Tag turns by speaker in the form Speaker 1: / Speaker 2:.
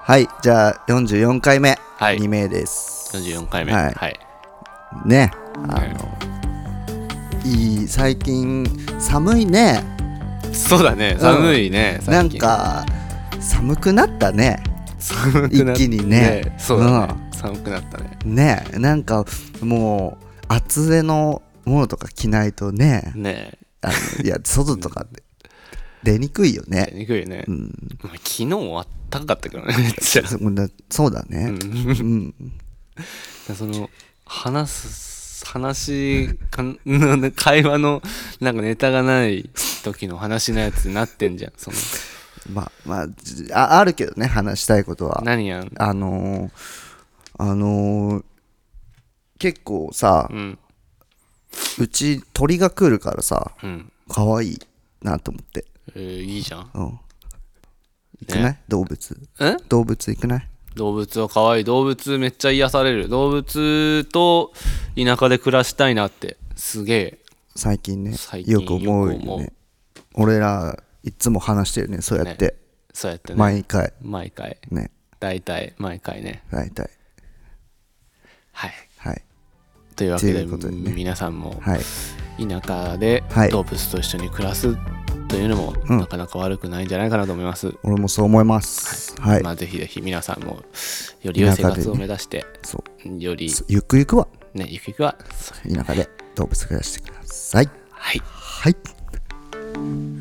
Speaker 1: はいじゃあ44回目、
Speaker 2: はい
Speaker 1: 2名です
Speaker 2: 44回目。
Speaker 1: はい
Speaker 2: はい。
Speaker 1: ねあのいい最近寒いね
Speaker 2: そうだね、寒いね、
Speaker 1: な
Speaker 2: 最
Speaker 1: ん
Speaker 2: 近
Speaker 1: か寒くなったね
Speaker 2: 寒くな
Speaker 1: 一
Speaker 2: っ
Speaker 1: 気にね
Speaker 2: そうだね、寒くなったね。
Speaker 1: ねなんかもう厚手のものとか着ないとね
Speaker 2: ね
Speaker 1: あのい や外とかで出にくいよ
Speaker 2: え、
Speaker 1: ね
Speaker 2: にくいね。
Speaker 1: うん
Speaker 2: まあ昨日あったかかったけどね、めっち ゃ。
Speaker 1: そんなそうだね
Speaker 2: うん
Speaker 1: うん
Speaker 2: その話す話かんの会話のなんかネタがない時の話のやつになってんじゃんその
Speaker 1: まあまあじああるけどね話したいことは
Speaker 2: 何やん
Speaker 1: あのーあのー結構さ
Speaker 2: うん
Speaker 1: うち鳥が来るからさ
Speaker 2: うん、
Speaker 1: 可愛いなと思って
Speaker 2: えーいいじゃん
Speaker 1: うん行くない動物
Speaker 2: え
Speaker 1: 動物行くない
Speaker 2: 動物は可愛い動物めっちゃ癒される動物と田舎で暮らしたいなってすげえ
Speaker 1: 最近ね
Speaker 2: 最近
Speaker 1: よく思う
Speaker 2: よく
Speaker 1: よ
Speaker 2: 思
Speaker 1: ね
Speaker 2: う
Speaker 1: 俺らいつも話してるねそうやって、
Speaker 2: そうやってね
Speaker 1: 毎回
Speaker 2: 毎回
Speaker 1: ね
Speaker 2: 大体毎回ね
Speaker 1: 大体
Speaker 2: はい
Speaker 1: はい
Speaker 2: というわけ
Speaker 1: と
Speaker 2: で
Speaker 1: いうことでね
Speaker 2: 皆さんも
Speaker 1: はい
Speaker 2: 田舎で
Speaker 1: はい
Speaker 2: 動物と一緒に暮らすというのも
Speaker 1: うん
Speaker 2: なかなか悪くないんじゃないかなと思います、
Speaker 1: 俺もそう思いますはい、
Speaker 2: まあ、ぜひぜひ皆さんもより良い生
Speaker 1: 田舎で
Speaker 2: 活
Speaker 1: ね
Speaker 2: を目指して、
Speaker 1: そう
Speaker 2: より
Speaker 1: ゆっくゆくは
Speaker 2: ねゆくゆくは
Speaker 1: 田舎で動物暮らしてください
Speaker 2: はい
Speaker 1: はい